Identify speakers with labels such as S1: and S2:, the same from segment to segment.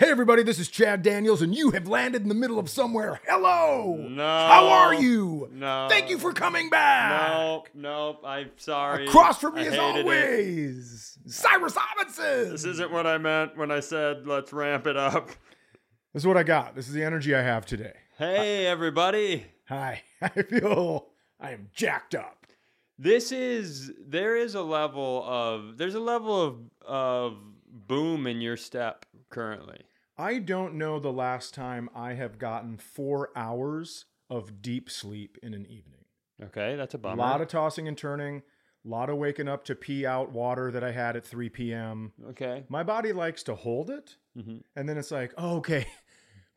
S1: Hey, everybody, this is Chad Daniels, and you have landed in the middle of somewhere. Hello! How are you?
S2: No.
S1: Thank you for coming back!
S2: No, no, I'm sorry.
S1: Across from me,
S2: I
S1: as
S2: hated it.
S1: always, Cyrus Robinson!
S2: This isn't what I meant when I said let's ramp it up.
S1: This is what I got. This is the energy I have today.
S2: Hey, everybody.
S1: Hi. I feel I am jacked up.
S2: This is there is a level of there's a level of of boom in your step currently.
S1: I don't know the last time I have gotten four hours of deep sleep in an evening.
S2: Okay, that's a
S1: A
S2: bummer.
S1: lot of tossing and turning, a lot of waking up to pee out water that I had at 3 p.m.
S2: okay.
S1: My body likes to hold it,
S2: Mhm.
S1: and then it's like, oh, okay.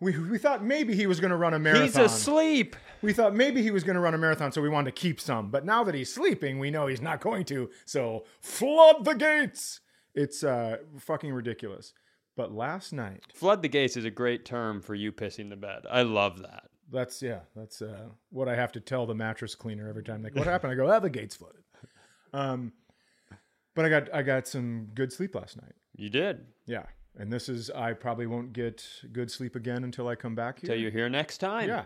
S1: We, we thought maybe he was going to run a marathon.
S2: He's asleep.
S1: we thought maybe he was going to run a marathon, so we wanted to keep some. But now that he's sleeping, we know he's not going to. So flood the gates. It's uh, fucking ridiculous. But last night,
S2: Flood the gates is a great term for you pissing the bed. I love that.
S1: That's yeah. That's uh, what I have to tell the mattress cleaner every time. Like, what happened? I go, oh, the gates flooded. Um, but I got I got some good sleep last night.
S2: You did.
S1: Yeah, and this is I probably won't get good sleep again until I come back here.
S2: Till you're here next time.
S1: yeah,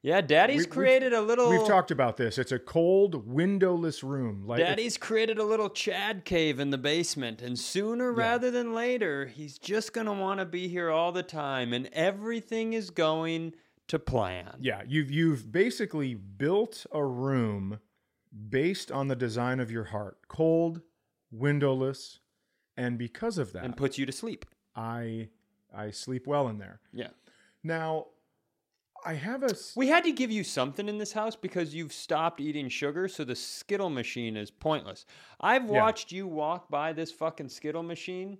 S2: Yeah,
S1: We-
S2: Daddy's
S1: we've-
S2: created a little
S1: we've talked about this. It's a cold, windowless room. Like,
S2: Daddy's created a little Chad cave in the basement, and sooner rather than later, he's just going to want to be here all the time, and everything is going to plan.
S1: yeah, you've you've basically built a room based on the design of your heart. Cold, windowless, and because of that,
S2: And puts you to sleep.
S1: I I sleep well in there.
S2: Yeah.
S1: Now, I have a s-
S2: We had to give you something in this house because you've stopped eating sugar, so the Skittle machine is pointless. I've
S1: Yeah.
S2: watched you walk by this fucking Skittle machine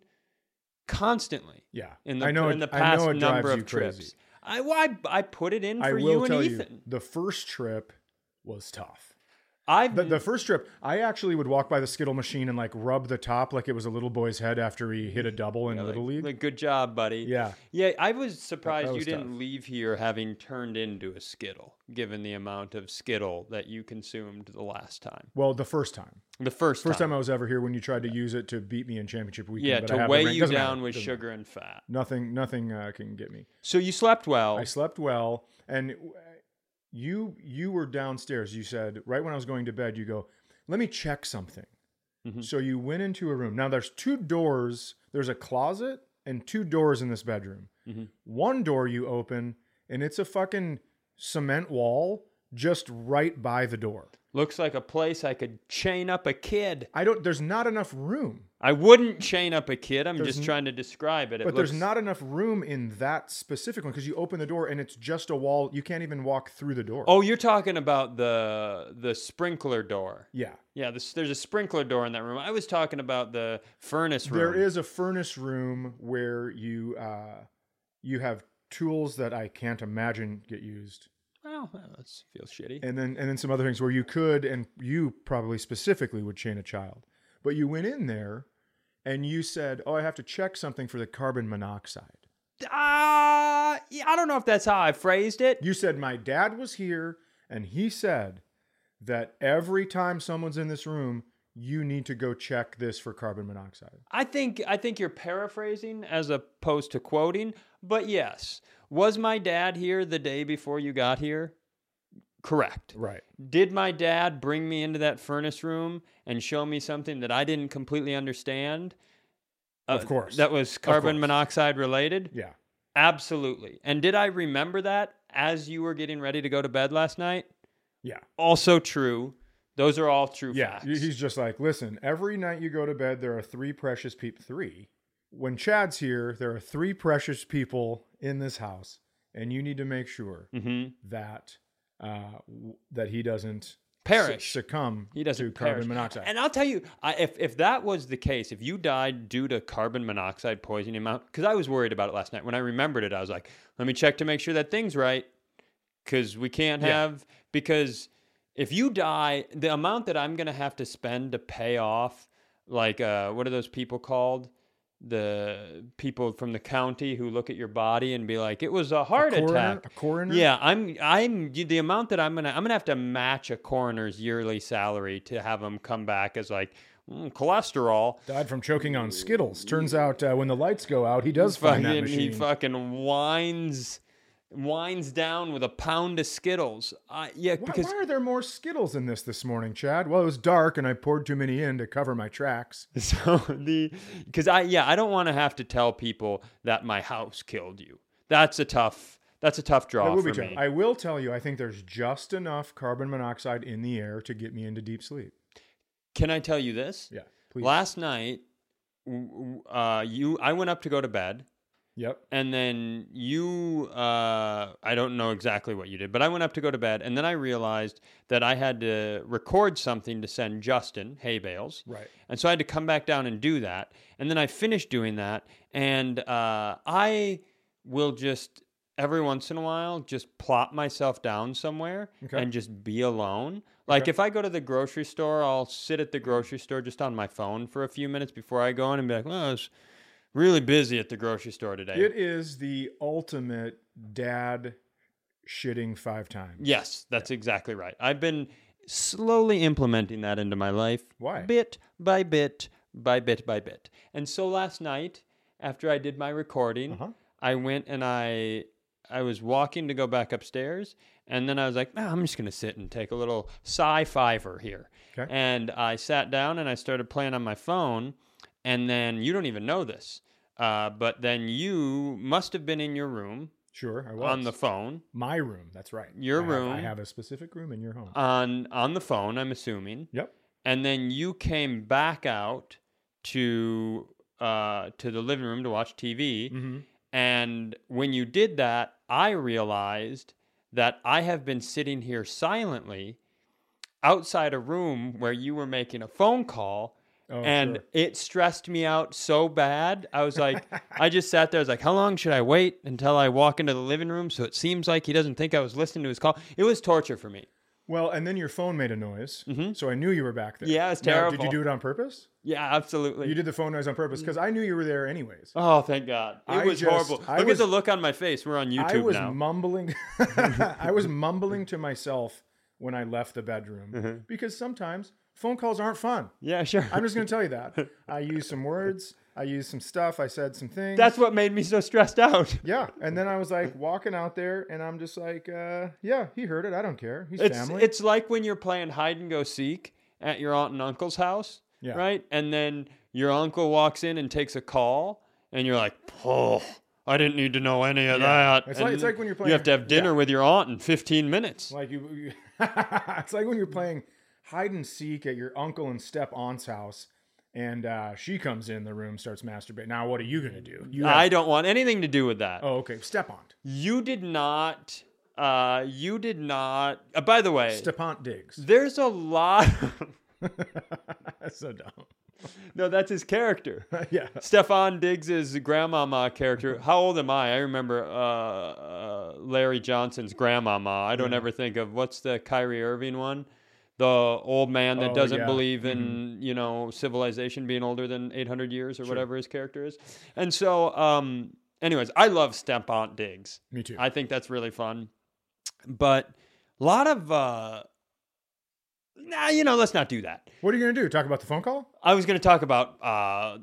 S2: constantly
S1: yeah.
S2: in the,
S1: I know
S2: in
S1: it,
S2: the
S1: I
S2: past
S1: know it
S2: number
S1: drives
S2: of
S1: you
S2: trips.
S1: Crazy.
S2: I, I, I put it in
S1: I
S2: for
S1: will
S2: you and
S1: tell
S2: Ethan.
S1: you, the first trip was tough.
S2: I've
S1: The, the first trip, I actually would walk by the Skittle machine and like rub the top like it was a little boy's head after he hit a double in
S2: Yeah,
S1: Little
S2: like-
S1: League.
S2: like, good job, buddy.
S1: yeah,
S2: Yeah, I was surprised
S1: that
S2: you
S1: was
S2: didn't
S1: tough.
S2: leave here having turned into a Skittle, given the amount of Skittle that you consumed the last time.
S1: well, the first time,
S2: The first,
S1: first
S2: time.
S1: time I was ever here when you tried to use it to beat me in championship weekend.
S2: yeah,
S1: but I
S2: to
S1: have the
S2: weigh
S1: ring.
S2: you
S1: Doesn't
S2: down
S1: matter.
S2: with
S1: Doesn't matter.
S2: sugar and fat.
S1: Nothing, nothing uh, can get me.
S2: So you slept well.
S1: I slept well, and w- you you were downstairs. You said right when I was going to bed, you go, "Let me check something."
S2: Mhm.
S1: So you went into a room. Now there's two doors. There's a closet and two doors in this bedroom.
S2: Mhm.
S1: One door you open, and it's a fucking cement wall just right by the door.
S2: Looks like a place I could chain up a kid.
S1: I don't. There's not enough room.
S2: I wouldn't chain up a kid. I'm
S1: There's
S2: just
S1: n-
S2: trying to describe it. it
S1: But
S2: looks,
S1: there's not enough room in that specific one because you open the door and it's just a wall. You can't even walk through the door.
S2: Oh, you're talking about the the sprinkler door.
S1: yeah.
S2: Yeah, this, there's a sprinkler door in that room. I was talking about the furnace room.
S1: There is a furnace room where you uh, you have tools that I can't imagine get used,
S2: Well, that feels shitty.
S1: and then and then some other things where you could and you probably specifically would chain a child, but you went in there and you said, "Oh, I have to check something for the carbon monoxide."
S2: Ah, yeah, I don't know if that's how I phrased it.
S1: You said my dad was here and he said that every time someone's in this room, you need to go check this for carbon monoxide.
S2: I think I think you're paraphrasing as opposed to quoting, but yes. Was my dad here the day before you got here? Correct.
S1: Right.
S2: Did my dad bring me into that furnace room and show me something that I didn't completely understand? Uh,
S1: Of course.
S2: That was carbon
S1: course.
S2: monoxide related?
S1: Yeah.
S2: Absolutely. And did I remember that as you were getting ready to go to bed last night?
S1: Yeah.
S2: Also true. Those are all true
S1: Yeah,
S2: facts.
S1: he- he's just like, listen, every night you go to bed, there are three precious people. Three. When Chad's here, there are three precious people in this house, and you need to make sure
S2: hmm
S1: that uh, w- that he doesn't su-
S2: Perish.
S1: succumb
S2: He doesn't
S1: to
S2: perish.
S1: carbon monoxide.
S2: And I'll tell you, I, if if that was the case, if you died due to carbon monoxide poisoning amount, because I was worried about it last night. When I remembered it, I was like, let me check to make sure that thing's right, because we can't
S1: Yeah.
S2: have because if you die, the amount that I'm gonna have to spend to pay off, like uh, what are those people called? The people from the county who look at your body and be like, it was a heart
S1: a coroner,
S2: attack.
S1: A coroner.
S2: Yeah, I'm I'm the amount that I'm gonna I'm gonna have to match a coroner's yearly salary to have them come back as like mm, cholesterol.
S1: Died from choking on Skittles. Turns out uh, when the lights go out, he does find that
S2: Fucking, he
S1: machine.
S2: fucking winds winds down with a pound of Skittles. Uh, yeah,
S1: Why,
S2: because
S1: why are there more Skittles in this this morning, Chad? Well, it was dark and I poured too many in to cover my tracks.
S2: So the because I yeah I don't want to have to tell people that my house killed you. That's a tough that's a tough draw
S1: That will
S2: for
S1: be tough.
S2: me.
S1: I will tell you, I think there's just enough carbon monoxide in the air to get me into deep sleep.
S2: Can I tell you this?
S1: Yeah, please.
S2: Last night, w- w- uh, you I went up to go to bed,
S1: yep.
S2: and then you uh, I don't know exactly what you did, but I went up to go to bed, and then I realized that I had to record something to send Justin Hay Bales.
S1: Right.
S2: And so I had to come back down and do that. And then I finished doing that. And uh, I will just every once in a while just plop myself down somewhere
S1: Okay.
S2: and just be alone. Like
S1: Okay.
S2: if I go to the grocery store, I'll sit at the grocery store just on my phone for a few minutes before I go in and be like, well, it's really busy at the grocery store today.
S1: It is the ultimate dad shitting five times.
S2: yes, that's exactly right. I've been slowly implementing that into my life.
S1: Why?
S2: bit by bit by bit by bit. And so last night, after I did my recording,
S1: Uh-huh.
S2: I went and I I was walking to go back upstairs, and then I was like, "Ah, I'm just gonna sit and take a little sci fiver here.
S1: 'Kay.
S2: And I sat down and I started playing on my phone, and then you don't even know this. Uh, but then you must have been in your room
S1: Sure, I was.
S2: on the phone
S1: My room. That's right.
S2: Your
S1: I have-
S2: room. Uh,
S1: I have a specific room in your home.
S2: on on the phone. I'm assuming.
S1: yep.
S2: and then you came back out to uh, to the living room to watch TV.
S1: Mm-hmm.
S2: And when you did that, I realized that I have been sitting here silently outside a room where you were making a phone call.
S1: Oh,
S2: and
S1: sure.
S2: it stressed me out so bad. I was like, I just sat there. I was like, how long should I wait until I walk into the living room so it seems like he doesn't think I was listening to his call? It was torture for me.
S1: well, and then your phone made a noise, so I knew you were back there.
S2: Mm-hmm. Yeah, it's
S1: Now, did
S2: terrible. Mm.
S1: you do it on purpose?
S2: Yeah, absolutely.
S1: You did the phone noise on purpose because I knew you were there anyways.
S2: Oh, thank God. It
S1: I
S2: was
S1: just-
S2: horrible.
S1: I
S2: Look
S1: was-
S2: at the look on my face. We're on YouTube
S1: I was
S2: now.
S1: mumbling. I was mumbling to myself when I left the bedroom
S2: Uh-huh.
S1: because sometimes phone calls aren't fun.
S2: yeah, sure.
S1: I'm just going to tell you that. I used some words. I used some stuff. I said some things.
S2: That's what made me so stressed out.
S1: yeah. And then I was like walking out there, and I'm just like, uh, yeah, he heard it. I don't care. He's
S2: It's
S1: family.
S2: it's like when you're playing hide and go seek at your aunt and uncle's house,
S1: Yeah.
S2: right? And then your uncle walks in and takes a call, and you're like, "Oh, I didn't need to know any of
S1: Yeah.
S2: that."
S1: It's like-
S2: And
S1: it's like when you're
S2: You
S1: playing-
S2: have to have dinner with your aunt in 15 minutes.
S1: Like you, you it's like when you're playing hide and seek at your uncle and step aunt's house, and uh, she comes in the room, starts masturbating. Now, what are you gonna do? You have-
S2: I don't want anything to do with that.
S1: oh, okay, step aunt,
S2: You did not. Uh, you did not. Uh, by the way,
S1: step aunt digs.
S2: there's a lot.
S1: That's so dumb.
S2: no, that's his character.
S1: yeah,
S2: Stefan Diggs' grandmama character.
S1: Mm-hmm.
S2: How old am I? I remember uh, uh, Larry Johnson's grandmama. I don't ever think of what's the Kyrie Irving one? The old man that
S1: Oh,
S2: doesn't
S1: yeah. Mm-hmm.
S2: believe in you know civilization being older than 800 years or whatever his character is. And so, um, anyways, I love Stefan Diggs.
S1: me too.
S2: I think that's really fun. But a lot of uh, nah, you know, let's not do that.
S1: what are you gonna do? Talk about the phone call?
S2: I was going to talk about uh,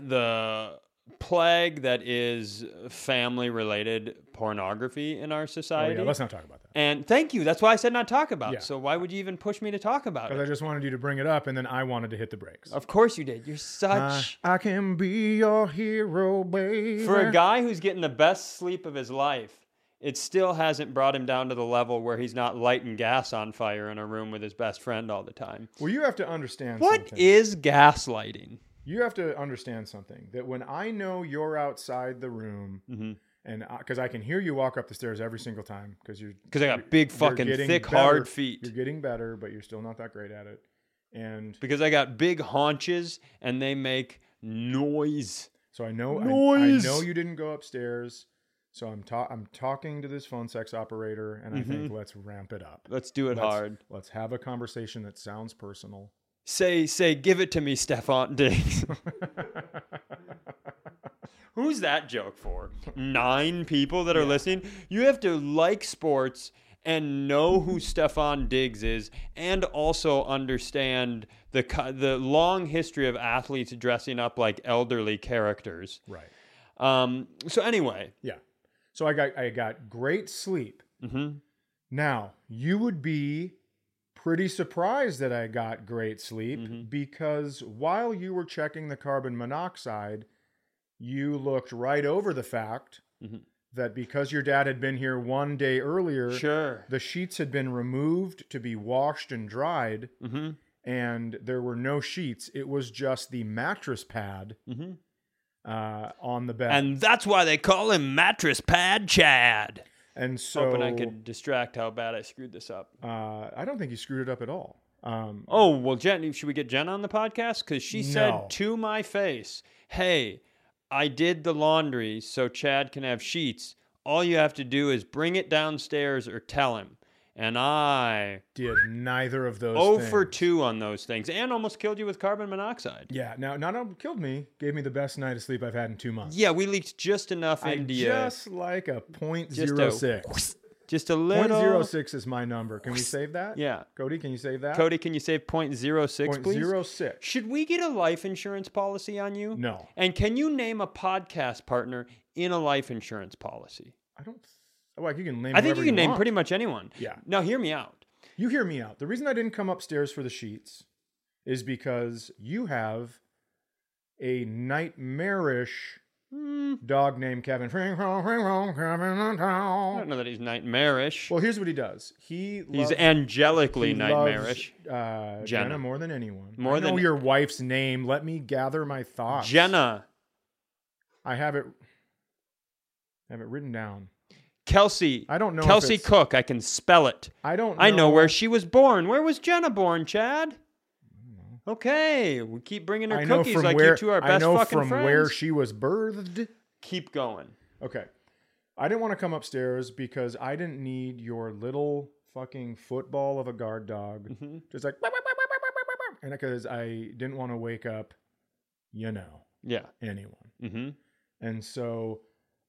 S2: the plague that is family related pornography in our
S1: Oh,
S2: society.
S1: yeah, let's not talk about that
S2: and thank you. That's why I said not talk about.
S1: Yeah.
S2: it. So why would you even push me to talk about
S1: because
S2: it?
S1: I just wanted you to bring it up, and then I wanted to hit the brakes.
S2: Of course you did. You're
S1: Uh,
S2: such
S1: I can be your hero, baby.
S2: for a guy who's getting the best sleep of his life. It still hasn't brought him down to the level where he's not lighting gas on fire in a room with his best friend all the time.
S1: Well, you have to understand.
S2: What
S1: something.
S2: is gaslighting?
S1: You have to understand something that when I know you're outside the room,
S2: Mhm.
S1: and because I, can hear you walk up the stairs every single time, because you're
S2: Because I got big
S1: you're
S2: fucking
S1: getting
S2: thick,
S1: better-
S2: hard feet.
S1: You're getting better, but you're still not that great at it. And
S2: because I got big haunches and they make noise.
S1: so I know I-
S2: Noise.
S1: I, know you didn't go upstairs. So I'm ta- I'm talking to this phone sex operator, and I
S2: Mm-hmm.
S1: think let's ramp it up.
S2: Let's do it
S1: Let's-
S2: hard.
S1: Let's have a conversation that sounds personal.
S2: Say, say, give it to me, Stefan Diggs. Who's that joke for? Nine people that are listening. You have to like sports and know who Stefan Diggs is and also understand the co- the long history of athletes dressing up like elderly characters.
S1: Right.
S2: Um, so anyway,
S1: Yeah. So I got I got great sleep.
S2: mhm.
S1: Now, you would be pretty surprised that I got great sleep
S2: Mm-hmm.
S1: because while you were checking the carbon monoxide, you looked right over the fact
S2: Mhm.
S1: that because your dad had been here one day earlier,
S2: sure.
S1: the sheets had been removed to be washed and dried,
S2: hmm
S1: and there were no sheets. It was just the mattress pad
S2: hmm
S1: uh, on the bed.
S2: And that's why they call him Mattress Pad Chad.
S1: And so
S2: Hoping I could distract how bad I screwed this up.
S1: uh, I don't think you screwed it up at all. Um,
S2: Oh, well, Jen, should we get Jen on the podcast? Because she
S1: No.
S2: said to my face, hey, I did the laundry so Chad can have sheets. All you have to do is bring it downstairs or tell him. And I
S1: did neither of those.
S2: 0
S1: things.
S2: Oh, for 2 on those things and almost killed you with carbon monoxide.
S1: Yeah. Now, not only killed me, gave me the best night of sleep I've had in two months.
S2: Yeah, we leaked just enough
S1: I
S2: into
S1: just like a point
S2: uh, Just
S1: zero
S2: a
S1: six.
S2: you. Just a
S1: Point
S2: little.
S1: zero six is my number. Can we save that?
S2: Yeah.
S1: Cody, can you save that?
S2: Cody, can you save 0.06,
S1: Point
S2: please?
S1: zero six.
S2: Should we get a life insurance policy on you?
S1: No,
S2: And can you name a podcast partner in a life insurance policy?
S1: I don't. Oh, like you can name.
S2: I think
S1: whoever
S2: you can name
S1: want.
S2: pretty much anyone.
S1: Yeah.
S2: Now hear me out.
S1: You hear me out. The reason I didn't come upstairs for the sheets is because you have a nightmarish
S2: Hmm,
S1: dog named Kevin. Ring, rong, ring, rong, Kevin on
S2: I
S1: town.
S2: don't know that he's nightmarish.
S1: Well, here's what he does. He
S2: he's
S1: loves-
S2: angelically
S1: he
S2: nightmarish.
S1: loves, uh, Jenna.
S2: Jenna.
S1: more than anyone.
S2: More
S1: I know
S2: than-
S1: your wife's name. Let me gather my thoughts.
S2: Jenna,
S1: I have it. I have it written down.
S2: Kelsey,
S1: I don't know if
S2: Kelsey
S1: it's-
S2: Cook. I can spell it.
S1: I don't. Know,
S2: I know where she was born. Where was Jenna born, Chad? Okay, we keep bringing her
S1: Mm-hmm. I know
S2: cookies
S1: from
S2: like
S1: where.
S2: you two are best
S1: I know
S2: fucking
S1: from
S2: friends.
S1: where she was birthed.
S2: keep going.
S1: Okay. I didn't want to come upstairs because I didn't need your little fucking football of a guard dog.
S2: Mhm.
S1: Just like, "Wah, wah, wah, wah, wah, wah, wah, wah," and because I didn't want to wake up, you know,
S2: Yeah.
S1: anyone.
S2: Mm-hmm.
S1: And so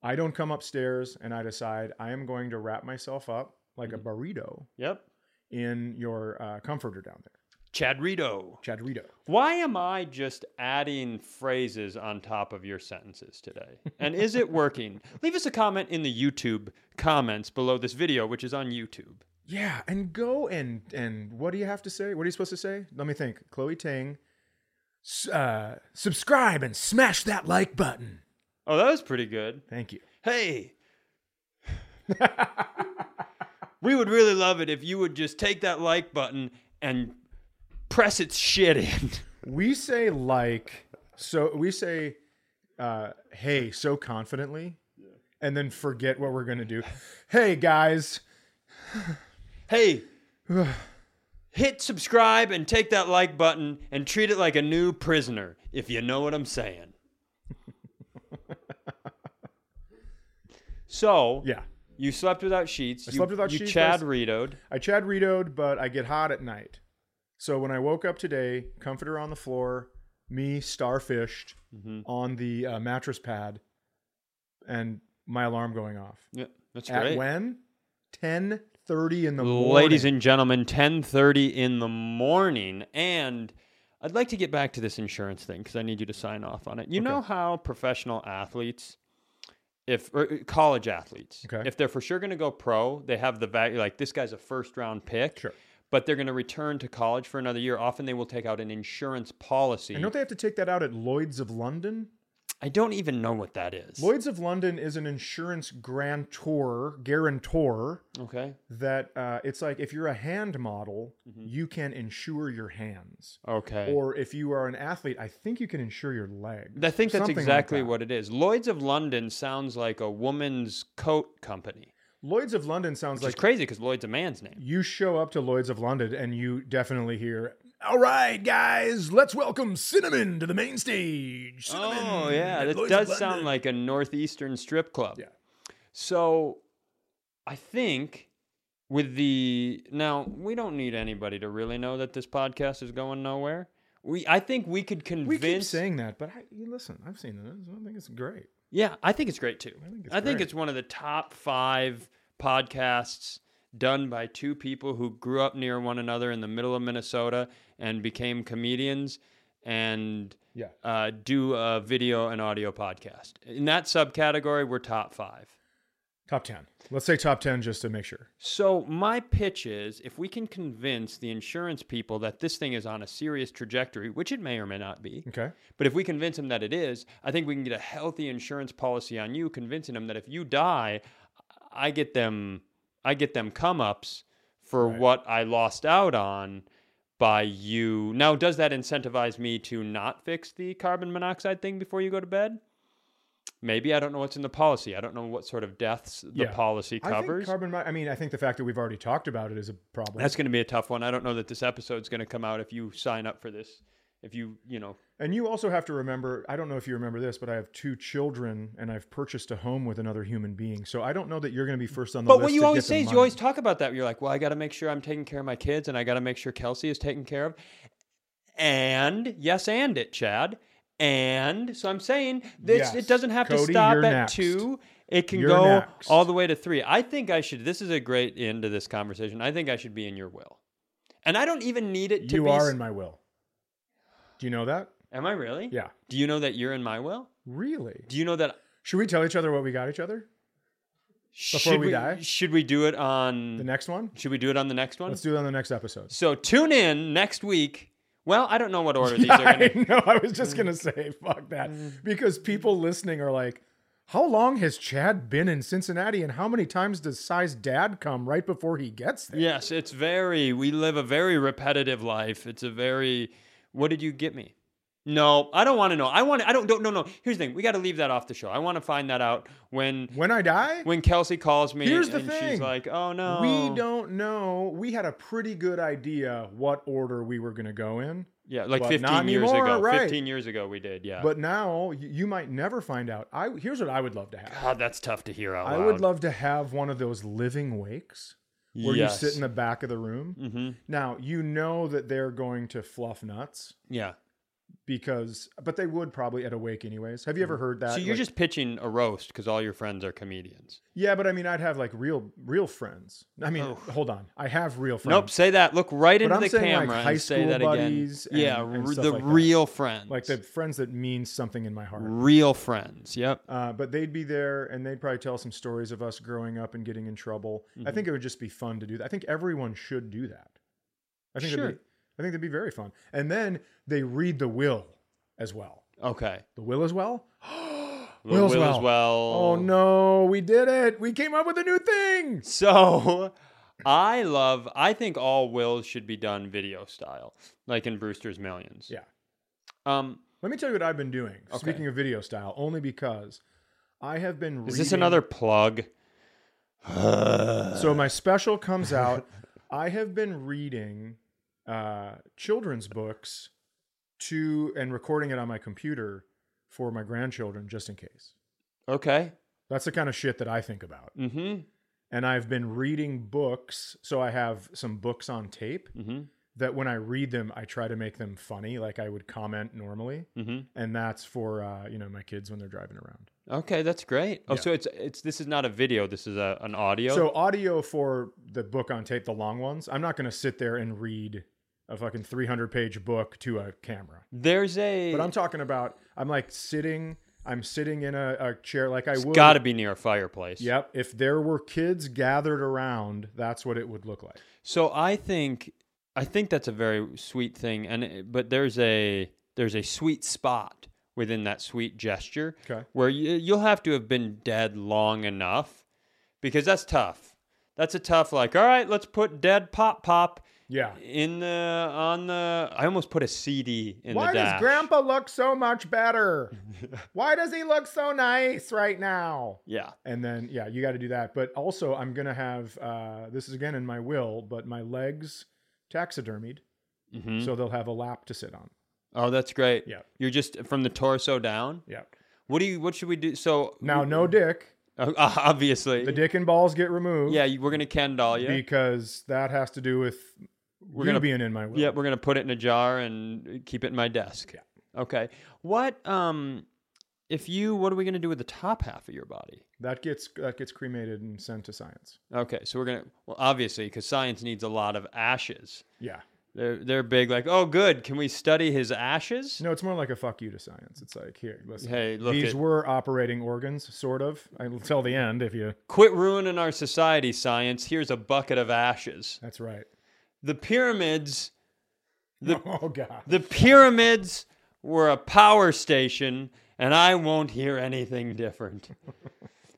S1: I don't come upstairs and I decide I am going to wrap myself up like a burrito
S2: Yep.
S1: in your uh, comforter down there.
S2: Chad Rito.
S1: Chadrito.
S2: Why am I just adding phrases on top of your sentences today? And is it working? Leave us a comment in the YouTube comments below this video, which is on YouTube.
S1: Yeah, and go and and what do you have to say? What are you supposed to say? Let me think. Chloe Tang, s- uh, subscribe and smash that like button.
S2: Oh, that was pretty good.
S1: Thank you.
S2: Hey, we would really love it if you would just take that like button and press its shit in.
S1: we say like so we say uh, hey so confidently, and then forget what we're gonna do. Hey guys,
S2: Hey, hit subscribe and take that like button and treat it like a new prisoner, if you know what I'm saying. so,
S1: yeah,
S2: you slept without sheets. you,
S1: slept without
S2: you
S1: sheets,
S2: Chad
S1: I
S2: Rito'd.
S1: I Chad Rito'd, but I get hot at night. So when I woke up today, comforter on the floor, me starfished
S2: Mm-hmm.
S1: on the uh, mattress pad, and my alarm going off.
S2: Yeah, that's
S1: At
S2: great.
S1: when? Ten thirty in the morning.
S2: Ladies and gentlemen, 10:30 in the morning and I'd like to get back to this insurance thing cuz I need you to sign off on it. You know how professional athletes if or uh, college athletes,
S1: Okay.
S2: if they're for sure going to go pro, they have the value like this guy's a first round pick.
S1: Sure.
S2: But they're going to return to college for another year. Often they will take out an insurance policy.
S1: and don't they have to take that out at Lloyd's of London?
S2: I don't even know what that is.
S1: Lloyd's of London is an insurance grantor, guarantor
S2: Okay.
S1: that uh, it's like if you're a hand model,
S2: Mm-hmm.
S1: you can insure your hands.
S2: Okay.
S1: Or if you are an athlete, I think you can insure your legs.
S2: I think that's
S1: Something like
S2: exactly
S1: that.
S2: what it is. Lloyd's of London sounds like a woman's coat company,
S1: Lloyd's of London sounds
S2: which is
S1: like
S2: crazy because Lloyd's a man's name.
S1: you show up to Lloyd's of London and you definitely hear, all right, guys, let's welcome Cinnamon to the main stage. Cinnamon
S2: Oh yeah,
S1: at
S2: that
S1: Lloyd's of
S2: does sound
S1: London."
S2: like a northeastern strip club.
S1: Yeah.
S2: So, I think with the now we don't need anybody to really know that this podcast is going nowhere. We I think we could convince.
S1: We keep saying that, but I, you listen, I've seen it. I think it's great.
S2: Yeah, I think it's great too. I
S1: think
S2: think
S1: it's
S2: it's,
S1: great.
S2: one of the top five podcasts done by two people who grew up near one another in the middle of Minnesota and became comedians and
S1: Yeah.
S2: uh, do a video and audio podcast. In that subcategory, we're top five.
S1: Top 10. Let's say top 10 just to make sure.
S2: So, my pitch is if we can convince the insurance people that this thing is on a serious trajectory, which it may or may not be,
S1: Okay.
S2: but if we convince them that it is, I think we can get a healthy insurance policy on you, convincing them that if you die, I get them, I get them come ups for
S1: Right.
S2: what I lost out on by you. Now, does that incentivize me to not fix the carbon monoxide thing before you go to bed? Maybe I don't know what's in the policy. I don't know what sort of deaths the
S1: Yeah.
S2: policy
S1: I think
S2: covers.
S1: carbon. mon- I mean, I think the fact that we've already talked about it is a problem.
S2: That's going to be a tough one. I don't know that this episode's going to come out if you sign up for this. If you, you know,
S1: and you also have to remember. I don't know if you remember this, but I have two children, and I've purchased a home with another human being. So I don't know that you're going to be first on the
S2: but
S1: list.
S2: what you
S1: to
S2: always
S1: get the
S2: say is you
S1: money.
S2: always talk about that. You're like, well, I got to make sure I'm taking care of my kids, and I got to make sure Kelsey is taken care of. And yes, and it, Chad. And so I'm saying this.
S1: Yes.
S2: It doesn't have to
S1: Cody,
S2: stop at
S1: you're next.
S2: two. It can
S1: You're
S2: go
S1: next.
S2: all the way to three. I think I should. This is a great end to this conversation. I think I should be in your will, and I don't even need it to
S1: You
S2: be.
S1: are
S2: s-
S1: in my will. Do you know that?
S2: Am I really?
S1: Yeah.
S2: Do you know that you're in my will?
S1: Really?
S2: Do you know that
S1: Should we tell each other what we got each other?
S2: should
S1: we die?
S2: Should we do it on?
S1: The next one.
S2: should we do it on the next one?
S1: Let's do it on the next episode.
S2: So tune in next week. Well, I don't know what order these
S1: Yeah,
S2: are Mm. going to
S1: I know. I was just gonna say, fuck that, because people listening are like, "How long has Chad been in Cincinnati, and how many times does Size Dad come right before he gets there?"
S2: Yes, it's very. We live a very repetitive life. It's a very. What did you get me? No, I don't want to know. I want. I don't. Don't. No. No. Here's the thing. We got to leave that off the show. I want to find that out when
S1: When I die,
S2: when Kelsey calls me
S1: Here's the
S2: and she's
S1: thing.
S2: like, "Oh no,
S1: we don't know. We had a pretty good idea what order we were gonna go in,
S2: Yeah, like
S1: but
S2: 15
S1: not
S2: years
S1: anymore,
S2: ago.
S1: right.
S2: 15 years ago, we did. Yeah.
S1: but now y- you might never find out. I here's what I would love to have.
S2: God, that's tough to hear out
S1: I
S2: loud.
S1: would love to have one of those living wakes where
S2: yes.
S1: you sit in the back of the room.
S2: Mm-hmm.
S1: Now you know that they're going to fluff nuts.
S2: Yeah.
S1: because but they would probably at a wake anyways. Have you ever heard that?
S2: Mm. So you're
S1: Like-
S2: just pitching a roast because all your friends are comedians.
S1: yeah, but I mean, I'd have like real real friends. I mean,
S2: Oh.
S1: hold on, I have real friends.
S2: Nope, say that. Look right into
S1: I'm
S2: the
S1: saying, like,
S2: camera
S1: high
S2: and say
S1: school
S2: that
S1: buddies
S2: again. yeah,
S1: and- and
S2: r-
S1: stuff
S2: the
S1: like that.
S2: real friends.
S1: like the friends that mean something in my heart.
S2: real friends. Yep.
S1: Uh, but they'd be there and they'd probably tell some stories of us growing up and getting in trouble. I
S2: Mm-hmm.
S1: think it would just be fun to do that. I think everyone should do that. I think
S2: Sure.
S1: that'd be, I think that'd be very fun. And then they read the will as well.
S2: Okay.
S1: The will as well.
S2: Will,
S1: Will's
S2: Will
S1: well.
S2: as well.
S1: Oh no, we did it! We came up with a new thing.
S2: So I love I think all wills should be done video style, like in Brewster's Millions.
S1: Yeah.
S2: Um
S1: Let me tell you what I've been doing.
S2: Okay.
S1: Speaking of video style, only because I have been.
S2: is this
S1: reading-
S2: another plug? Uh.
S1: So my special comes out. I have been reading uh, children's books to and recording it on my computer for my grandchildren, just in case.
S2: Okay.
S1: That's the kind of shit that I think about.
S2: Mm-hmm.
S1: And I've been reading books, so I have some books on tape
S2: Mm-hmm.
S1: that when I read them, I try to make them funny, like I would comment normally,
S2: Mm-hmm.
S1: and that's for uh, you know my kids when they're driving around.
S2: Okay, that's great. Oh,
S1: Yeah.
S2: so it's it's this is not a video, this is a, an audio.
S1: So audio for the book on tape, the long ones. I'm not going to sit there and read a fucking 300 page book to a camera.
S2: there's a
S1: But I'm talking about I'm like sitting. I'm sitting in a, a chair like I
S2: It's
S1: would.
S2: got to be near a fireplace.
S1: Yep. If there were kids gathered around, that's what it would look like.
S2: So I think I think that's a very sweet thing, and it- but there's a there's a sweet spot within that sweet gesture
S1: Okay.
S2: where you, you'll have to have been dead long enough because that's tough. That's a tough like. All right, let's put dead pop pop
S1: Yeah.
S2: in the on the. I almost put a CD in
S1: Why
S2: the
S1: does
S2: dash.
S1: Grandpa look so much better? Why does he look so nice right now?
S2: Yeah.
S1: And then, yeah, you got to do that. But also, I'm going to have uh, this is again in my will, but my legs taxidermied.
S2: hmm
S1: So they'll have a lap to sit on.
S2: oh, that's great.
S1: Yeah.
S2: You're just from the torso down.
S1: Yeah.
S2: What do you? What should we do? So
S1: Now, no dick.
S2: Uh, obviously.
S1: The dick and balls get removed.
S2: yeah, you- we're gonna Ken doll you.
S1: Because that has to do with
S2: We're
S1: you
S2: gonna-
S1: being in my will.
S2: Yeah, we're gonna put it in a jar and keep it in my desk.
S1: Yeah.
S2: Okay. What um if you, what are we going to do with the top half of your body?
S1: That gets that gets cremated and sent to science.
S2: Okay, so we're gonna well, obviously, because science needs a lot of ashes.
S1: Yeah.
S2: They're they're big, like, oh, good. Can we study his ashes?
S1: No, it's more like a fuck you to science. It's like here, listen.
S2: Hey, look,
S1: These
S2: it-
S1: were operating organs, sort of. Until the end, if you.
S2: Quit ruining our society, science. Here's a bucket of ashes.
S1: That's right.
S2: The pyramids,
S1: oh god.
S2: the pyramids were a power station, and I won't hear anything different.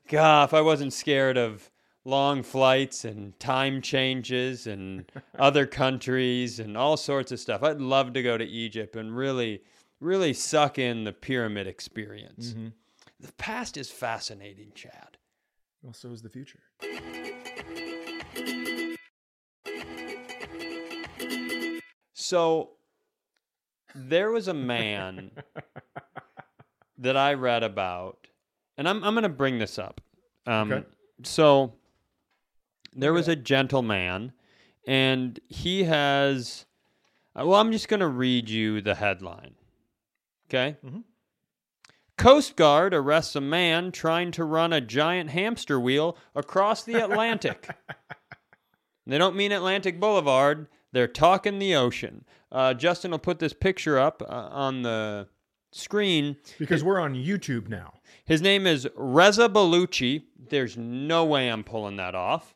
S2: God, if I wasn't scared of long flights and time changes and other countries and all sorts of stuff, I'd love to go to Egypt and really, really suck in the pyramid experience.
S1: Mhm.
S2: The past is fascinating, Chad.
S1: Well, so is the future.
S2: So there was a man that I read about, and I'm I'm gonna bring this up. Um,
S1: Okay.
S2: So there was a gentleman, and he has. uh, Well, I'm just gonna read you the headline. Okay.
S1: Mhm.
S2: Coast Guard arrests a man trying to run a giant hamster wheel across the Atlantic. They don't mean Atlantic Boulevard. They're talking the ocean. Uh, Justin will put this picture up uh, on the screen.
S1: Because we're on YouTube now.
S2: His name is Reza Bellucci. There's no way I'm pulling that off.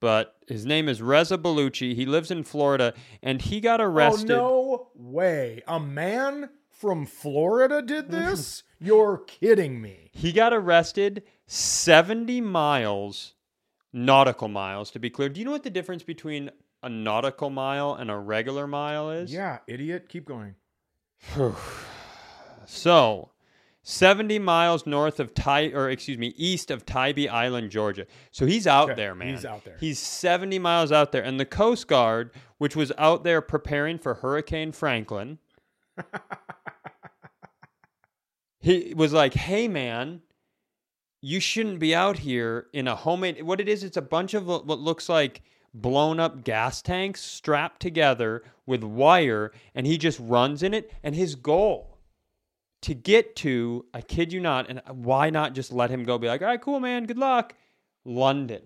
S2: But his name is Reza Bellucci. He lives in Florida and he got arrested.
S1: Oh no way! A man from Florida did this? You're kidding me.
S2: He got arrested 70 miles, nautical miles to be clear. Do you know what the difference between a nautical mile and a regular mile is?
S1: Yeah, idiot. Keep going.
S2: So, 70 miles north of Ty, or excuse me, east of Tybee Island, Georgia. So he's out
S1: Okay,
S2: there, man.
S1: he's out there.
S2: He's 70 miles out there. And the Coast Guard, which was out there preparing for Hurricane Franklin, he was like, hey, man, you shouldn't be out here in a homemade. What it is, it's a bunch of lo- what looks like blown up gas tanks strapped together with wire, and he just runs in it. And his goal to get to, I kid you not, and why not just let him go? Be like, all right, cool, man, good luck. London.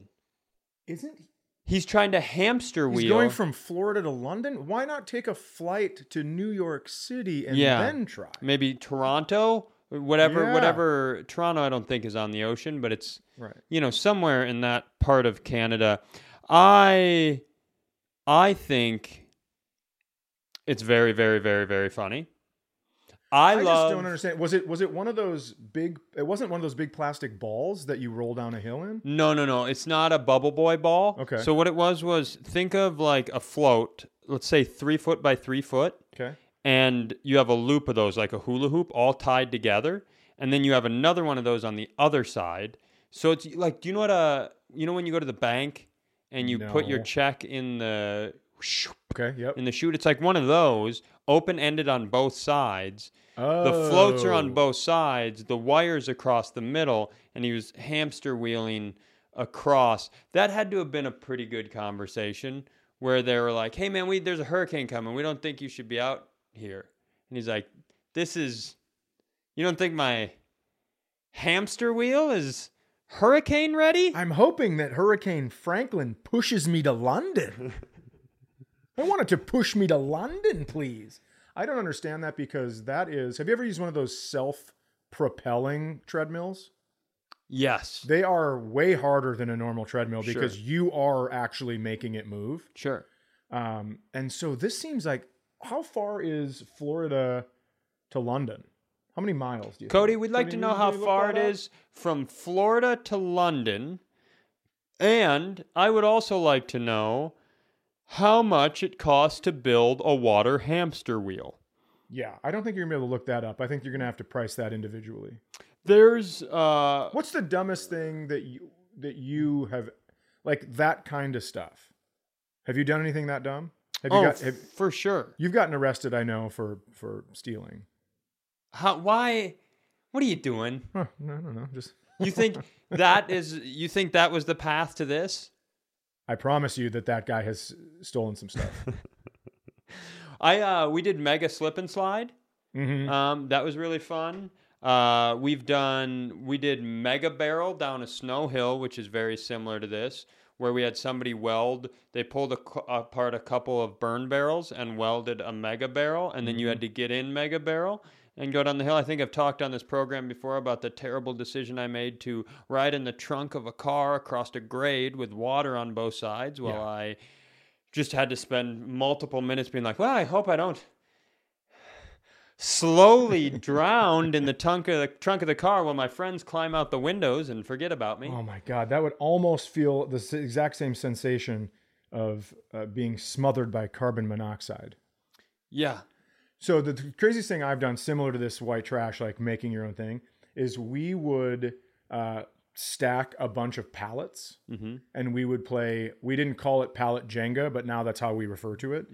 S1: Isn't he?
S2: He's trying to hamster wheel.
S1: He's going from Florida to London. Why not take a flight to New York City and
S2: Yeah.
S1: then try?
S2: maybe Toronto, whatever,
S1: Yeah.
S2: whatever. Toronto, I don't think is on the ocean, but it's
S1: Right.
S2: you know somewhere in that part of Canada. I, I think it's very, very, very, very funny. I,
S1: I,
S2: love.
S1: just don't understand. Was it was it one of those big? It wasn't one of those big plastic balls that you roll down a hill in.
S2: No, no, no. It's not a bubble boy ball.
S1: Okay.
S2: So what it was was think of like a float. Let's say three foot by three foot.
S1: Okay.
S2: and you have a loop of those like a hula hoop all tied together and then you have another one of those on the other side so it's like do you know what a you know when you go to the bank and you put your
S1: No.
S2: check in the shoop,
S1: Okay. Yep.
S2: in the chute it's like one of those open ended on both sides
S1: Oh.
S2: the floats are on both sides the wires across the middle and he was hamster wheeling across that had to have been a pretty good conversation where they were like hey man we there's a hurricane coming we don't think you should be out here and he's like this is you don't think my hamster wheel is hurricane ready
S1: I'm hoping that Hurricane Franklin pushes me to London. I want it to push me to London, please. I don't understand that because that is. Have you ever used one of those self-propelling treadmills?
S2: yes
S1: They are way harder than a normal treadmill
S2: Sure.
S1: because you are actually making it move.
S2: sure
S1: Um, and so this seems like how far is Florida to London? How many miles do you
S2: Cody,
S1: think?
S2: we'd like
S1: Cody,
S2: to
S1: you-
S2: know
S1: can
S2: how
S1: you look
S2: far it
S1: that up?
S2: is from Florida to London. And I would also like to know how much it costs to build a water hamster wheel.
S1: Yeah, I don't think you're gonna be able to look that up. I think you're gonna have to price that individually.
S2: There's uh
S1: What's the dumbest thing that you that you have like that kind of stuff? Have you done anything that dumb? Have you
S2: oh,
S1: got have,
S2: for sure.
S1: you've gotten arrested, I know, for for stealing.
S2: How why what are you doing?
S1: Huh, no, I don't know. Just
S2: You think that is you think that was the path to this?
S1: I promise you that that guy has stolen some stuff.
S2: I uh we did mega slip and slide.
S1: Mhm.
S2: Um, that was really fun. Uh, we've done we did Mega Barrel down a snow hill, which is very similar to this, where we had somebody weld. They pulled a, cu- apart a couple of burn barrels and welded a Mega Barrel, and then you had to get in Mega Barrel and go down the hill. I think I've talked on this program before about the terrible decision I made to ride in the trunk of a car across a grade with water on both sides while
S1: Yeah.
S2: I just had to spend multiple minutes being like, well, I hope I don't slowly drowned in the trunk of the trunk of the car while my friends climb out the windows and forget about me.
S1: Oh my God, that would almost feel the s- exact same sensation of uh, being smothered by carbon monoxide.
S2: Yeah.
S1: So the th- craziest thing I've done, similar to this white trash, like making your own thing, is we would uh, stack a bunch of pallets,
S2: Mm-hmm.
S1: and we would play. We didn't call it pallet Jenga, but now that's how we refer to it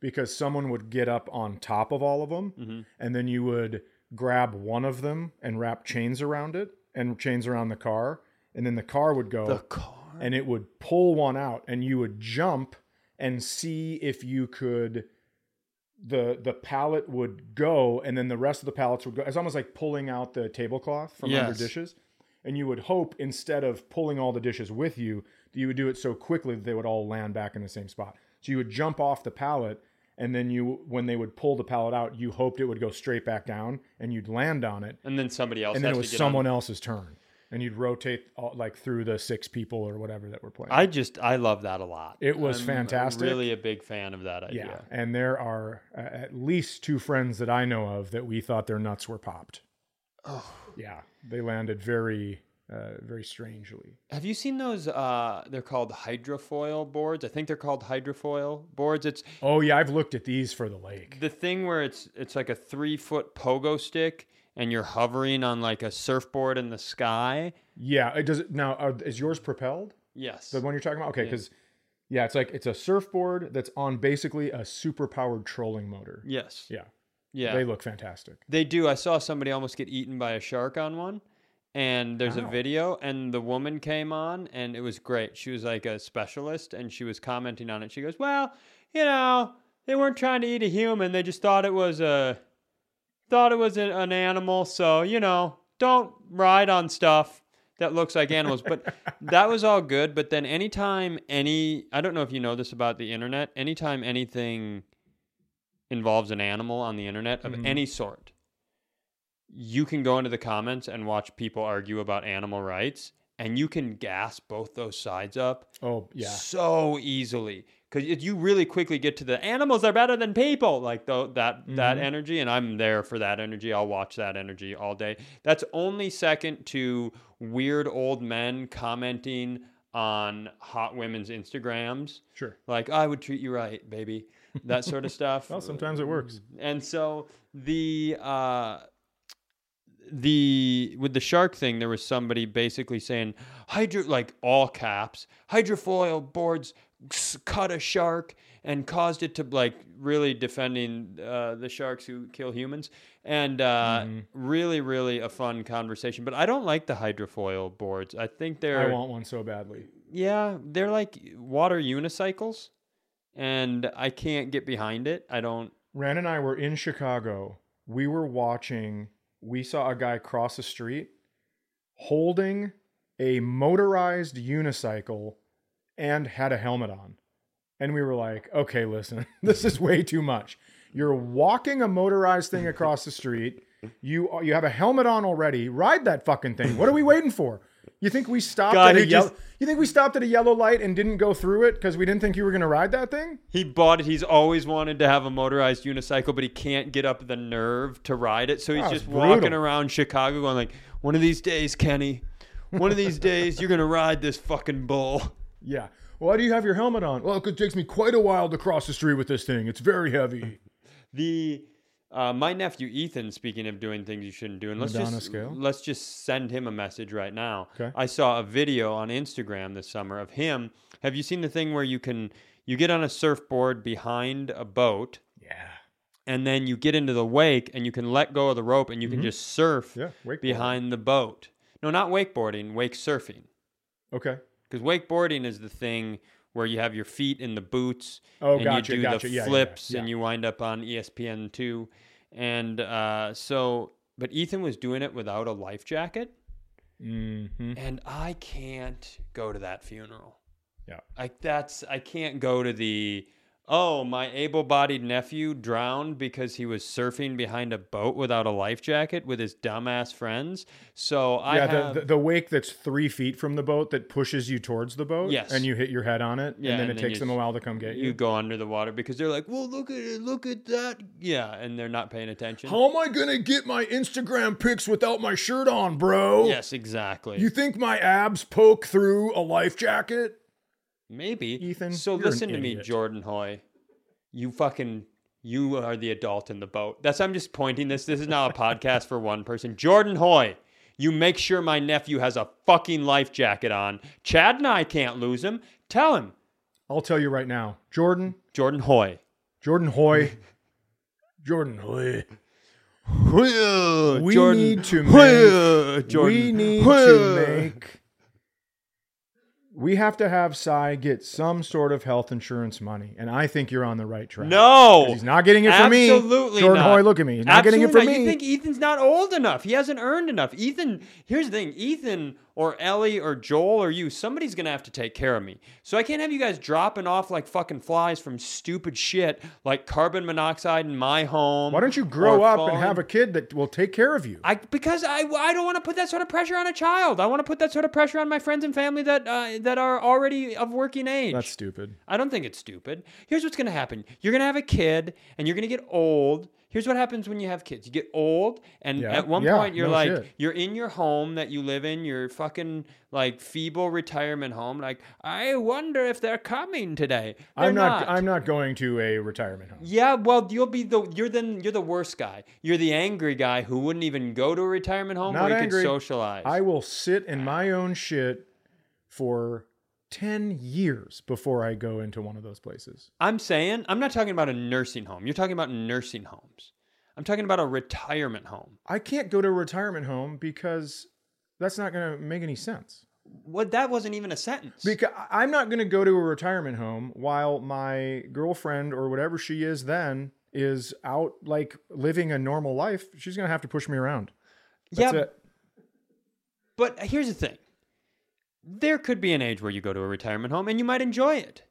S1: because someone would get up on top of all of them, and then you would grab one of them and wrap chains around it and chains around the car, and then the car would go
S2: The car.
S1: and it would pull one out and you would jump and see if you could the the pallet would go and then the rest of the pallets would go it's almost like pulling out the tablecloth from under
S2: Yes.
S1: dishes and you would hope instead of pulling all the dishes with you that you would do it so quickly that they would all land back in the same spot so you would jump off the pallet and then you when they would pull the pallet out you hoped it would go straight back down and you'd land on it
S2: And then somebody else
S1: and then
S2: has
S1: it
S2: to
S1: was
S2: get on.
S1: someone else's turn and you'd rotate all, like through the six people or whatever that were playing
S2: I just I love that a lot.
S1: It was fantastic.
S2: Really a big fan of that
S1: yeah.
S2: idea.
S1: and there are uh, at least two friends that i know of that we thought their nuts were popped oh yeah they landed very uh, very strangely
S2: Have you seen those uh they're called hydrofoil boards? I think they're called hydrofoil boards. It's
S1: oh yeah i've looked at these for the lake
S2: the thing where it's it's like a 3 foot pogo stick and you're hovering on like a surfboard in the sky.
S1: yeah it does now are, is yours propelled
S2: Yes.
S1: the one you're talking about okay because yeah. it's like it's a surfboard that's on basically a super powered trolling motor
S2: yes.
S1: yeah.
S2: Yeah.
S1: they look fantastic
S2: They do. I saw somebody almost get eaten by a shark on one. And there's
S1: Wow.
S2: a video, and the woman came on, and it was great. She was like a specialist, and she was commenting on it. She goes, "Well, you know, they weren't trying to eat a human. They just thought it was a thought it was an, an animal. So you know, don't ride on stuff that looks like animals." But that was all good. But then anytime any, I don't know if you know this about the internet. Anytime anything involves an animal on the internet of
S1: Mhm.
S2: any sort, you can go into the comments and watch people argue about animal rights, and you can gas both those sides up
S1: oh yeah
S2: so easily because you really quickly get to the animals are better than people like tho- that that
S1: Mhm.
S2: energy and i'm there for that energy i'll watch that energy all day that's only second to weird old men commenting on hot women's instagrams
S1: sure
S2: like i would treat you right baby that sort of stuff
S1: well sometimes it works
S2: and so the uh the with the shark thing there was somebody basically saying hydro like all caps hydrofoil boards s- cut a shark and caused it to like really defending uh, the sharks who kill humans and uh, really really a fun conversation but i don't like the hydrofoil boards i think they're
S1: i want one so badly
S2: yeah, they're like water unicycles, and I can't get behind it. I don't.
S1: Ran and I were in Chicago. We were watching, we saw a guy cross the street holding a motorized unicycle and had a helmet on. And we were like, okay, listen, this is way too much. You're walking a motorized thing across the street. You are, you have a helmet on already. Ride that fucking thing. What are we waiting for? You think we stopped
S2: Guy
S1: at a
S2: who
S1: yellow?
S2: just-
S1: You think we stopped at a yellow light and didn't go through it because we didn't think you were going to ride that thing?
S2: He bought it. He's always wanted to have a motorized unicycle, but he can't get up the nerve to ride it. So he's
S1: Oh, it's
S2: just walking
S1: brutal.
S2: around Chicago, going like, "One of these days, Kenny. One of these days, you're gonna ride this fucking bull."
S1: Yeah. Why do you have your helmet on? Well, 'cause it takes me quite a while to cross the street with this thing. It's very heavy.
S2: Mm-hmm. The uh, my nephew Ethan, speaking of doing things you shouldn't do, and let's
S1: Madonna
S2: just
S1: scale?
S2: let's just send him a message right now.
S1: 'Kay.
S2: I saw a video on Instagram this summer of him. Have you seen the thing where you can you get on a surfboard behind a boat
S1: Yeah.
S2: and then you get into the wake and you can let go of the rope and you can just surf
S1: Mm-hmm. Yeah. Wake
S2: behind the boat? No, not wakeboarding, wake surfing.
S1: Okay.
S2: Because wakeboarding is the thing where you have your feet in the boots
S1: Oh,
S2: and
S1: gotcha,
S2: you do
S1: gotcha.
S2: the
S1: Yeah, yeah,
S2: flips
S1: yeah.
S2: and you wind up on ESPN two. And uh, so But Ethan was doing it without a life jacket,
S1: Mm-hmm.
S2: and I can't go to that funeral.
S1: Yeah.
S2: Like that's I can't go to the oh, my able-bodied nephew drowned because he was surfing behind a boat without a life jacket with his dumbass friends. So I
S1: yeah,
S2: have
S1: the, the the wake that's three feet from the boat that pushes you towards the boat,
S2: Yes.
S1: and you hit your head on it,
S2: Yeah,
S1: and then
S2: and
S1: it
S2: then
S1: takes
S2: you-
S1: them a while to come get
S2: you
S1: you.
S2: go under the water because they're like, "Well, look at it, look at that." Yeah, and they're not paying attention.
S1: How am I gonna get my Instagram pics without my shirt on, bro?
S2: Yes, exactly.
S1: You think my abs poke through a life jacket?
S2: Maybe.
S1: Ethan,
S2: So
S1: you're an
S2: listen to me,
S1: idiot.
S2: Jordan Hoy. You fucking you are the adult in the boat. That's I'm just pointing this. This is not a podcast for one person. Jordan Hoy, you make sure my nephew has a fucking life jacket on. Chad and I can't lose him. Tell him.
S1: I'll tell you right now, Jordan,
S2: Jordan Hoy.
S1: Jordan Hoy, Jordan Hoy. We
S2: Jordan.
S1: need to
S2: Jordan.
S1: We need to make. We have to have Cy get some sort of health insurance money, and I think you're on the right track. 'Cause
S2: No.
S1: he's not getting it from me.
S2: Absolutely
S1: Jordan
S2: not.
S1: Hoy, look at me. He's not getting it
S2: Absolutely
S1: from
S2: not.
S1: me.
S2: You think Ethan's not old enough? He hasn't earned enough. Ethan, here's the thing: Ethan or Ellie or Joel or you, somebody's gonna have to take care of me. So I can't have you guys dropping off like fucking flies from stupid shit like carbon monoxide in my home.
S1: Why don't you grow up
S2: falling-
S1: and have a kid that will take care of you?
S2: I because I, I don't want to put that sort of pressure on a child. I want to put that sort of pressure on my friends and family that uh, that are already of working age.
S1: That's stupid.
S2: I don't think it's stupid. Here's what's going to happen. You're going to have a kid and you're going to get old. Here's what happens when you have kids. You get old and
S1: Yeah.
S2: at one
S1: Yeah,
S2: point you're
S1: no
S2: like
S1: shit.
S2: you're in your home that you live in, your fucking like feeble retirement home like I wonder if they're coming today. They're
S1: I'm not, I'm not going to a retirement home.
S2: yeah, well, you'll be the you're then you're the worst guy. You're the angry guy who wouldn't even go to a retirement home
S1: Not
S2: where he
S1: angry.
S2: could socialize.
S1: I will sit in my own shit for 10 years before I go into one of those places.
S2: I'm saying I'm not talking about a nursing home. You're talking about nursing homes. I'm talking about a retirement home.
S1: I can't go to a retirement home because that's not going to make any sense.
S2: What that wasn't even a sentence.
S1: Because I'm not going to go to a retirement home while my girlfriend or whatever she is then is out like living a normal life. She's going to have to push me around. That's
S2: yeah,
S1: it.
S2: but here's the thing. There could be an age where you go to a retirement home and you might enjoy it.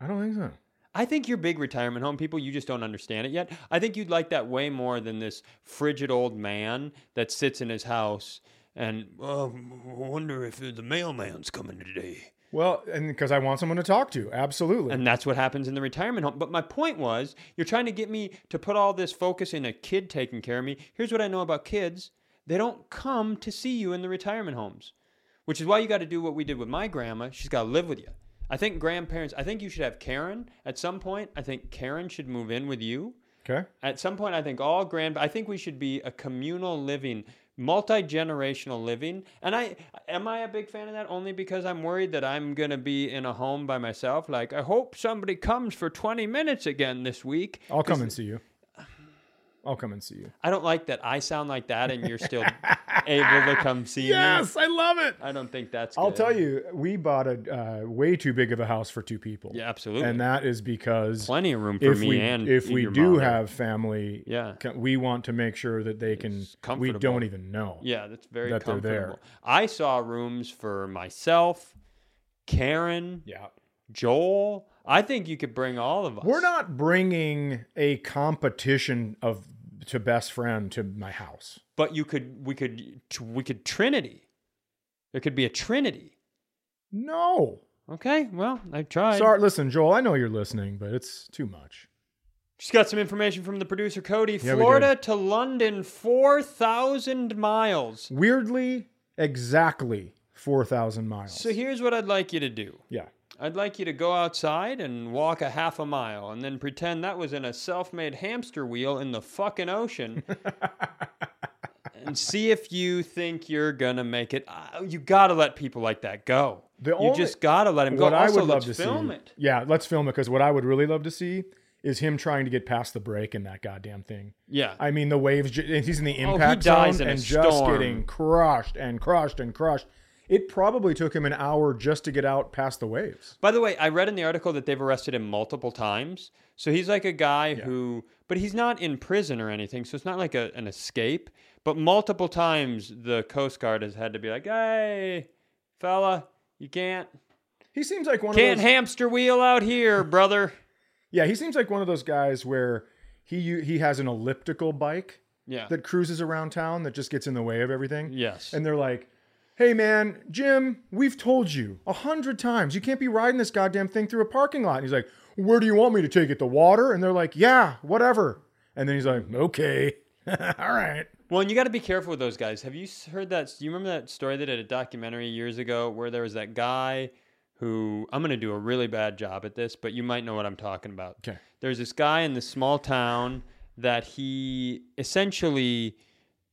S1: I don't think so.
S2: I think your big retirement home people, you just don't understand it yet. I think you'd like that way more than this frigid old man that sits in his house and oh, I wonder if the mailman's coming today.
S1: Well, and because I want someone to talk to. Absolutely.
S2: And that's what happens in the retirement home. But my point was, you're trying to get me to put all this focus in a kid taking care of me. Here's what I know about kids they don't come to see you in the retirement homes, which is why you got to do what we did with my grandma. She's got to live with you. I think grandparents, I think you should have Karen at some point. I think Karen should move in with you.
S1: okay.
S2: At some point, I think all grand. I think we should be a communal living, multi generational living. And I am I a big fan of that only because I'm worried that I'm gonna be in a home by myself. Like I hope somebody comes for 20 minutes again this week.
S1: I'll come and see you. I'll come and see you.
S2: I don't like that I sound like that and you're still able to come see me.
S1: I love it.
S2: I don't think that's.
S1: I'll
S2: good.
S1: tell you, we bought a uh, way too big of a house for two people.
S2: Yeah, absolutely.
S1: And that is because
S2: Plenty of room for
S1: if
S2: me
S1: we
S2: and
S1: if we
S2: your
S1: do
S2: mother.
S1: have family,
S2: Yeah.
S1: ca- we want to make sure that they can. We
S2: comfortable.
S1: don't even know.
S2: Yeah, that's very
S1: that they're
S2: comfortable.
S1: there.
S2: I saw rooms for myself, Karen,
S1: Yeah.
S2: Joel. I think you could bring all of us.
S1: We're not bringing a competition of to best friend to my house.
S2: but you could. We could. t- We could Trinity. There could be a Trinity.
S1: No.
S2: Okay. Well, I've tried.
S1: Sorry. Listen, Joel. I know you're listening, but it's too much.
S2: Just got some information from the producer Cody.
S1: Yeah, we
S2: Florida to London, four thousand miles.
S1: Weirdly, exactly four thousand miles.
S2: So here's what I'd like you to do.
S1: yeah.
S2: I'd like you to go outside and walk a half a mile and then pretend that was in a self made hamster wheel in the fucking ocean and see if you think you're gonna make it. Uh, You gotta let people like that go.
S1: The
S2: you
S1: only-
S2: just gotta let them go.
S1: What I
S2: also,
S1: would love
S2: let's
S1: to
S2: film
S1: see.
S2: it.
S1: Yeah, let's film it because what I would really love to see is him trying to get past the break in that goddamn thing.
S2: Yeah.
S1: I mean, the waves. ju- and He's in the
S2: he
S1: impact
S2: Oh, dies
S1: zone
S2: in a
S1: and just
S2: storm.
S1: getting crushed and crushed and crushed. It probably took him an hour just to get out past the waves.
S2: By the way, I read in the article that they've arrested him multiple times. So he's like a guy who, but he's not in prison or anything. So it's not like a, an escape. But multiple times the Coast Guard has had to be like, hey, fella, you can't
S1: He seems like one of
S2: can't
S1: those
S2: hamster wheel out here, brother.
S1: Yeah, he seems like one of those guys where he u- he has an elliptical bike
S2: Yeah.
S1: that cruises around town that just gets in the way of everything.
S2: yes.
S1: And they're like, "Hey man, Jim, we've told you a hundred times you can't be riding this goddamn thing through a parking lot." And he's like, "Where do you want me to take it? The water?" And they're like, "Yeah, whatever." And then he's like, "Okay, all right."
S2: Well, and you got to be careful with those guys. Have you s- heard that? Do you remember that story that did a documentary years ago where there was that guy who I'm going to do a really bad job at this, but you might know what I'm talking about.
S1: Okay.
S2: There's this guy in this small town that he essentially,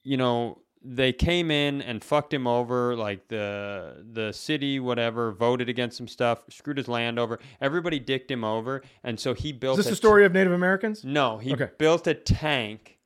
S2: you know, they came in and fucked him over. Like the the city, whatever, voted against some stuff, screwed his land over. Everybody dicked him over, and so he built.
S1: Is this
S2: a
S1: the story of Native Americans?
S2: no, he
S1: Okay.
S2: built a tank.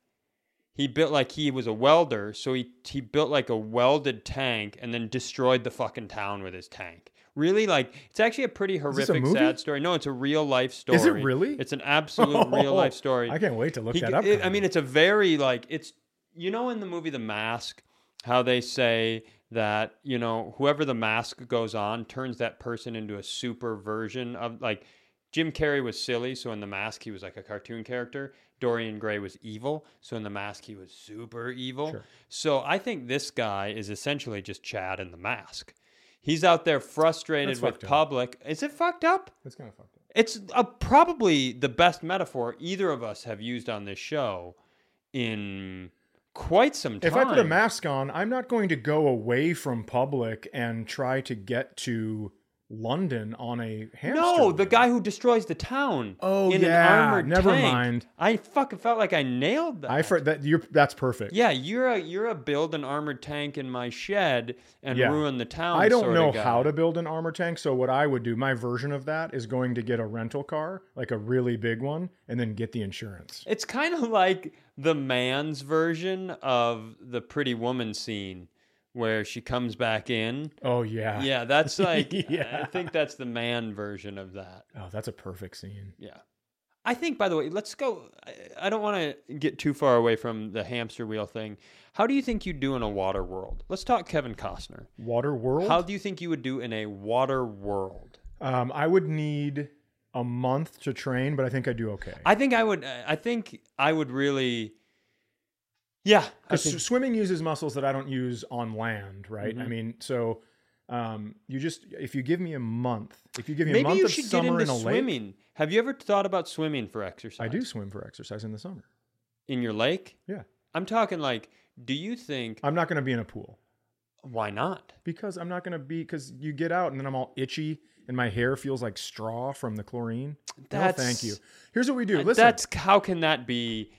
S2: He built like he was a welder, so he he built like a welded tank and then destroyed the fucking town with his tank. Really, like it's actually a pretty
S1: this a
S2: horrific,
S1: movie?
S2: sad story. No, it's a real life story.
S1: it really? Oh,
S2: It's an absolute real life story.
S1: I can't wait to look
S2: He-
S1: that up.
S2: it- I mean, it's a very like it's you know in the movie The Mask how they say that you know whoever the mask goes on turns that person into a super version of like Jim Carrey was silly, so in The Mask he was like a cartoon character. Dorian Gray was evil, so in The Mask he was super evil.
S1: Sure.
S2: So I think this guy is essentially just Chad in The Mask. He's out there frustrated
S1: That's
S2: with
S1: fucked up.
S2: public. Is it fucked up?
S1: it's kind of fucked up.
S2: It's uh probably the best metaphor either of us have used on this show in quite some time.
S1: If I put a mask on, I'm not going to go away from public and try to get to London on a hamster.
S2: no, the
S1: wheel.
S2: guy who destroys the town.
S1: Oh,
S2: in
S1: yeah,
S2: an armored
S1: never
S2: tank.
S1: mind.
S2: I fucking felt like I nailed that.
S1: I for, that you're that's perfect.
S2: yeah, you're a you're a build an armored tank in my shed and
S1: Yeah.
S2: ruin the town.
S1: I don't
S2: sorta
S1: know
S2: guy.
S1: how to build an armor tank, so what I would do, my version of that is going to get a rental car, like a really big one, and then get the insurance.
S2: It's kind of like the man's version of the pretty woman scene where she comes back in.
S1: Oh yeah.
S2: Yeah, that's like I
S1: Yeah.
S2: think that's the man version of that.
S1: Oh, that's a perfect scene.
S2: Yeah. I think by the way, let's go I, I don't want to get too far away from the hamster wheel thing. How do you think you do in a water world? Let's talk Kevin Costner.
S1: Water World.
S2: How do you think you would do in a water world?
S1: um, I would need a month to train, but I think I do okay.
S2: I think I would I think I would really Yeah, I
S1: Because
S2: think Mm-hmm.
S1: swimming uses muscles that I don't use on land, right? I mean, so um, you just if you give me a month, if you give me a
S2: maybe
S1: month
S2: you
S1: of
S2: should get
S1: summer
S2: into
S1: in a lake,
S2: swimming. Have you ever thought about swimming for exercise?
S1: I do swim for exercise in the summer.
S2: In your lake?
S1: Yeah,
S2: I'm talking like do you think
S1: I'm not going to be in a pool
S2: why not?
S1: because I'm not going to be because you get out and then I'm all itchy and my hair feels like straw from the chlorine.
S2: That's-
S1: no, thank you. Here's what we do.
S2: Uh,
S1: Listen,
S2: That's how can that be?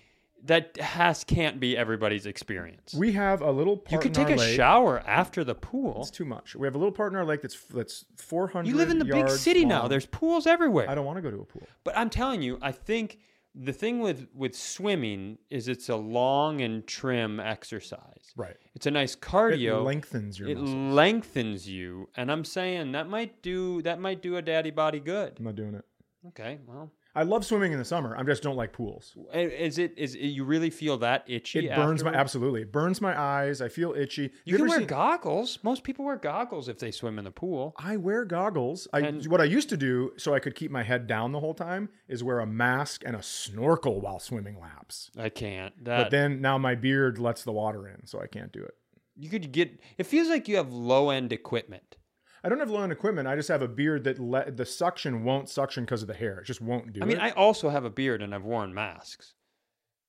S2: That has can't be everybody's experience.
S1: we have a little
S2: you
S1: part
S2: could
S1: in our
S2: take a
S1: lake.
S2: shower after the pool.
S1: It's too much. We have a little part in our lake that's that's 400.
S2: You live in the big
S1: yards
S2: city now.
S1: long.
S2: There's pools
S1: I
S2: everywhere.
S1: don't want to go to a pool.
S2: But I'm telling you, I think the thing with with swimming is it's a long and trim exercise.
S1: Right.
S2: It's a nice
S1: It
S2: cardio.
S1: lengthens your.
S2: It
S1: muscles.
S2: lengthens you, and I'm saying that might do that might do a daddy body good.
S1: I'm not doing it.
S2: Okay, well,
S1: I love swimming in the summer. I just don't like pools.
S2: i- is it is it, you really feel that itchy?
S1: It burns my
S2: afterwards?
S1: absolutely. It burns my eyes. I feel itchy.
S2: You can
S1: ever
S2: wear
S1: seen-
S2: goggles. Most people wear goggles if they swim in the pool.
S1: I wear goggles. I
S2: And-
S1: what I used to do so I could keep my head down the whole time is wear a mask and a snorkel while swimming laps.
S2: I can't.
S1: But
S2: That
S1: then now my beard lets the water in, so I can't do it.
S2: you could get. It feels like you have low end equipment.
S1: I don't have low end equipment. I just have a beard that let the suction won't suction because of the hair. It just won't do
S2: I mean,
S1: it.
S2: I also have a beard and I've worn masks.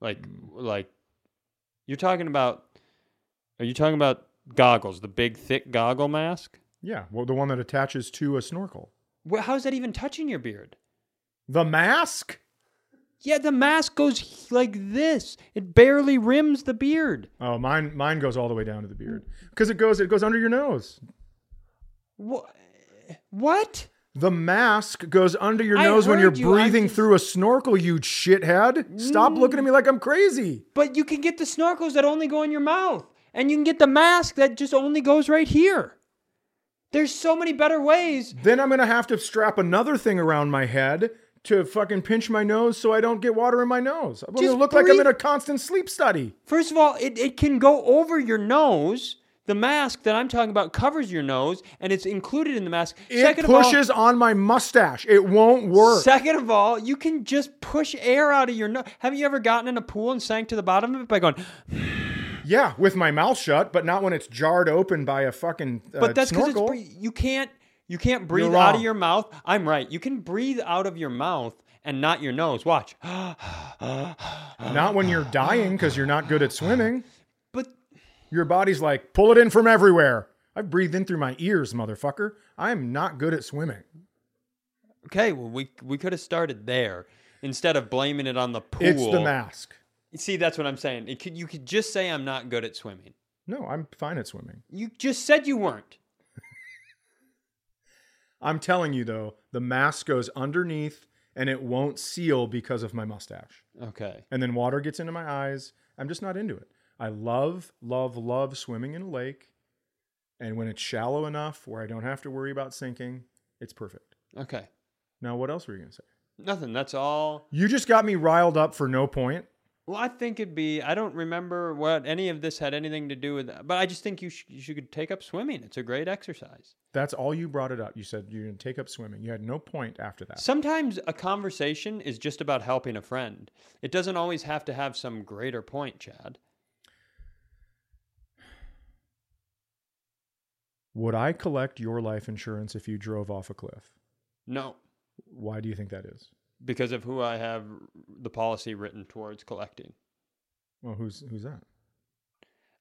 S2: Like,
S1: Hmm.
S2: like you're talking about. Are you talking about goggles? The big thick goggle mask.
S1: yeah, well, the one that attaches to a snorkel.
S2: Wh- How is that even touching your beard?
S1: The mask.
S2: Yeah, the mask goes like this. It barely rims the beard.
S1: Oh, mine mine goes all the way down to the beard because it goes it goes under your nose.
S2: Wha- What?
S1: The mask goes under your
S2: I
S1: nose when you're
S2: heard you. I'm
S1: breathing
S2: just-
S1: through a snorkel, you shithead. Stop looking at me like I'm crazy.
S2: But you can get the snorkels that only go in your mouth, and you can get the mask that just only goes right here. There's so many better ways.
S1: Then I'm going to have to strap another thing around my head to fucking pinch my nose so I don't get water in my nose. I'm going to
S2: Just
S1: look like I'm
S2: breathe.
S1: in a constant sleep study.
S2: First of all, it, it can go over your nose. The mask that I'm talking about covers your nose and it's included in the mask.
S1: It pushes on my mustache. It won't
S2: of all,
S1: work.
S2: second of all, you can just push air out of your nose. Haven't you ever gotten in a pool and sank to the bottom of it by going,
S1: yeah, with my mouth shut, but not when it's jarred open by a fucking uh,
S2: but that's because it's
S1: snorkel.
S2: bre- you can't you can't breathe
S1: You're
S2: out of
S1: wrong.
S2: your mouth. I'm right. You can breathe out of your mouth and not your nose. Watch.
S1: not when you're dying because you're not good at swimming.
S2: But
S1: Your body's like, pull it in from everywhere. I've breathed in through my ears, motherfucker. I am not good at swimming.
S2: okay, well we we could have started there instead of blaming it on the pool.
S1: It's the mask.
S2: See, that's what I'm saying. It could, you could just say I'm not good at swimming.
S1: No, I'm fine at swimming.
S2: You just said you weren't.
S1: I'm telling you though, the mask goes underneath and it won't seal because of my mustache.
S2: Okay.
S1: And then water gets into my eyes. I'm just not into it. I love, love, love swimming in a lake. And when it's shallow enough where I don't have to worry about sinking, it's perfect.
S2: Okay.
S1: Now, what else were you going to say?
S2: Nothing. That's all.
S1: You just got me riled up for no point.
S2: Well, I think it'd be. I don't remember what any of this had anything to do with. But I just think you sh- you should take up swimming. It's a great exercise.
S1: That's all you brought it up. You said you're going to take up swimming. You had no point after that.
S2: Sometimes a conversation is just about helping a friend. It doesn't always have to have some greater point, Chad.
S1: Would I collect your life insurance if you drove off a cliff?
S2: No,
S1: Why do you think that is?
S2: because of who I have the policy written towards collecting.
S1: Well, who's who's that?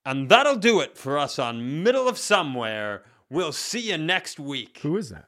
S2: And that'll do it for us on Middle of Somewhere. We'll see you next week.
S1: Who is that?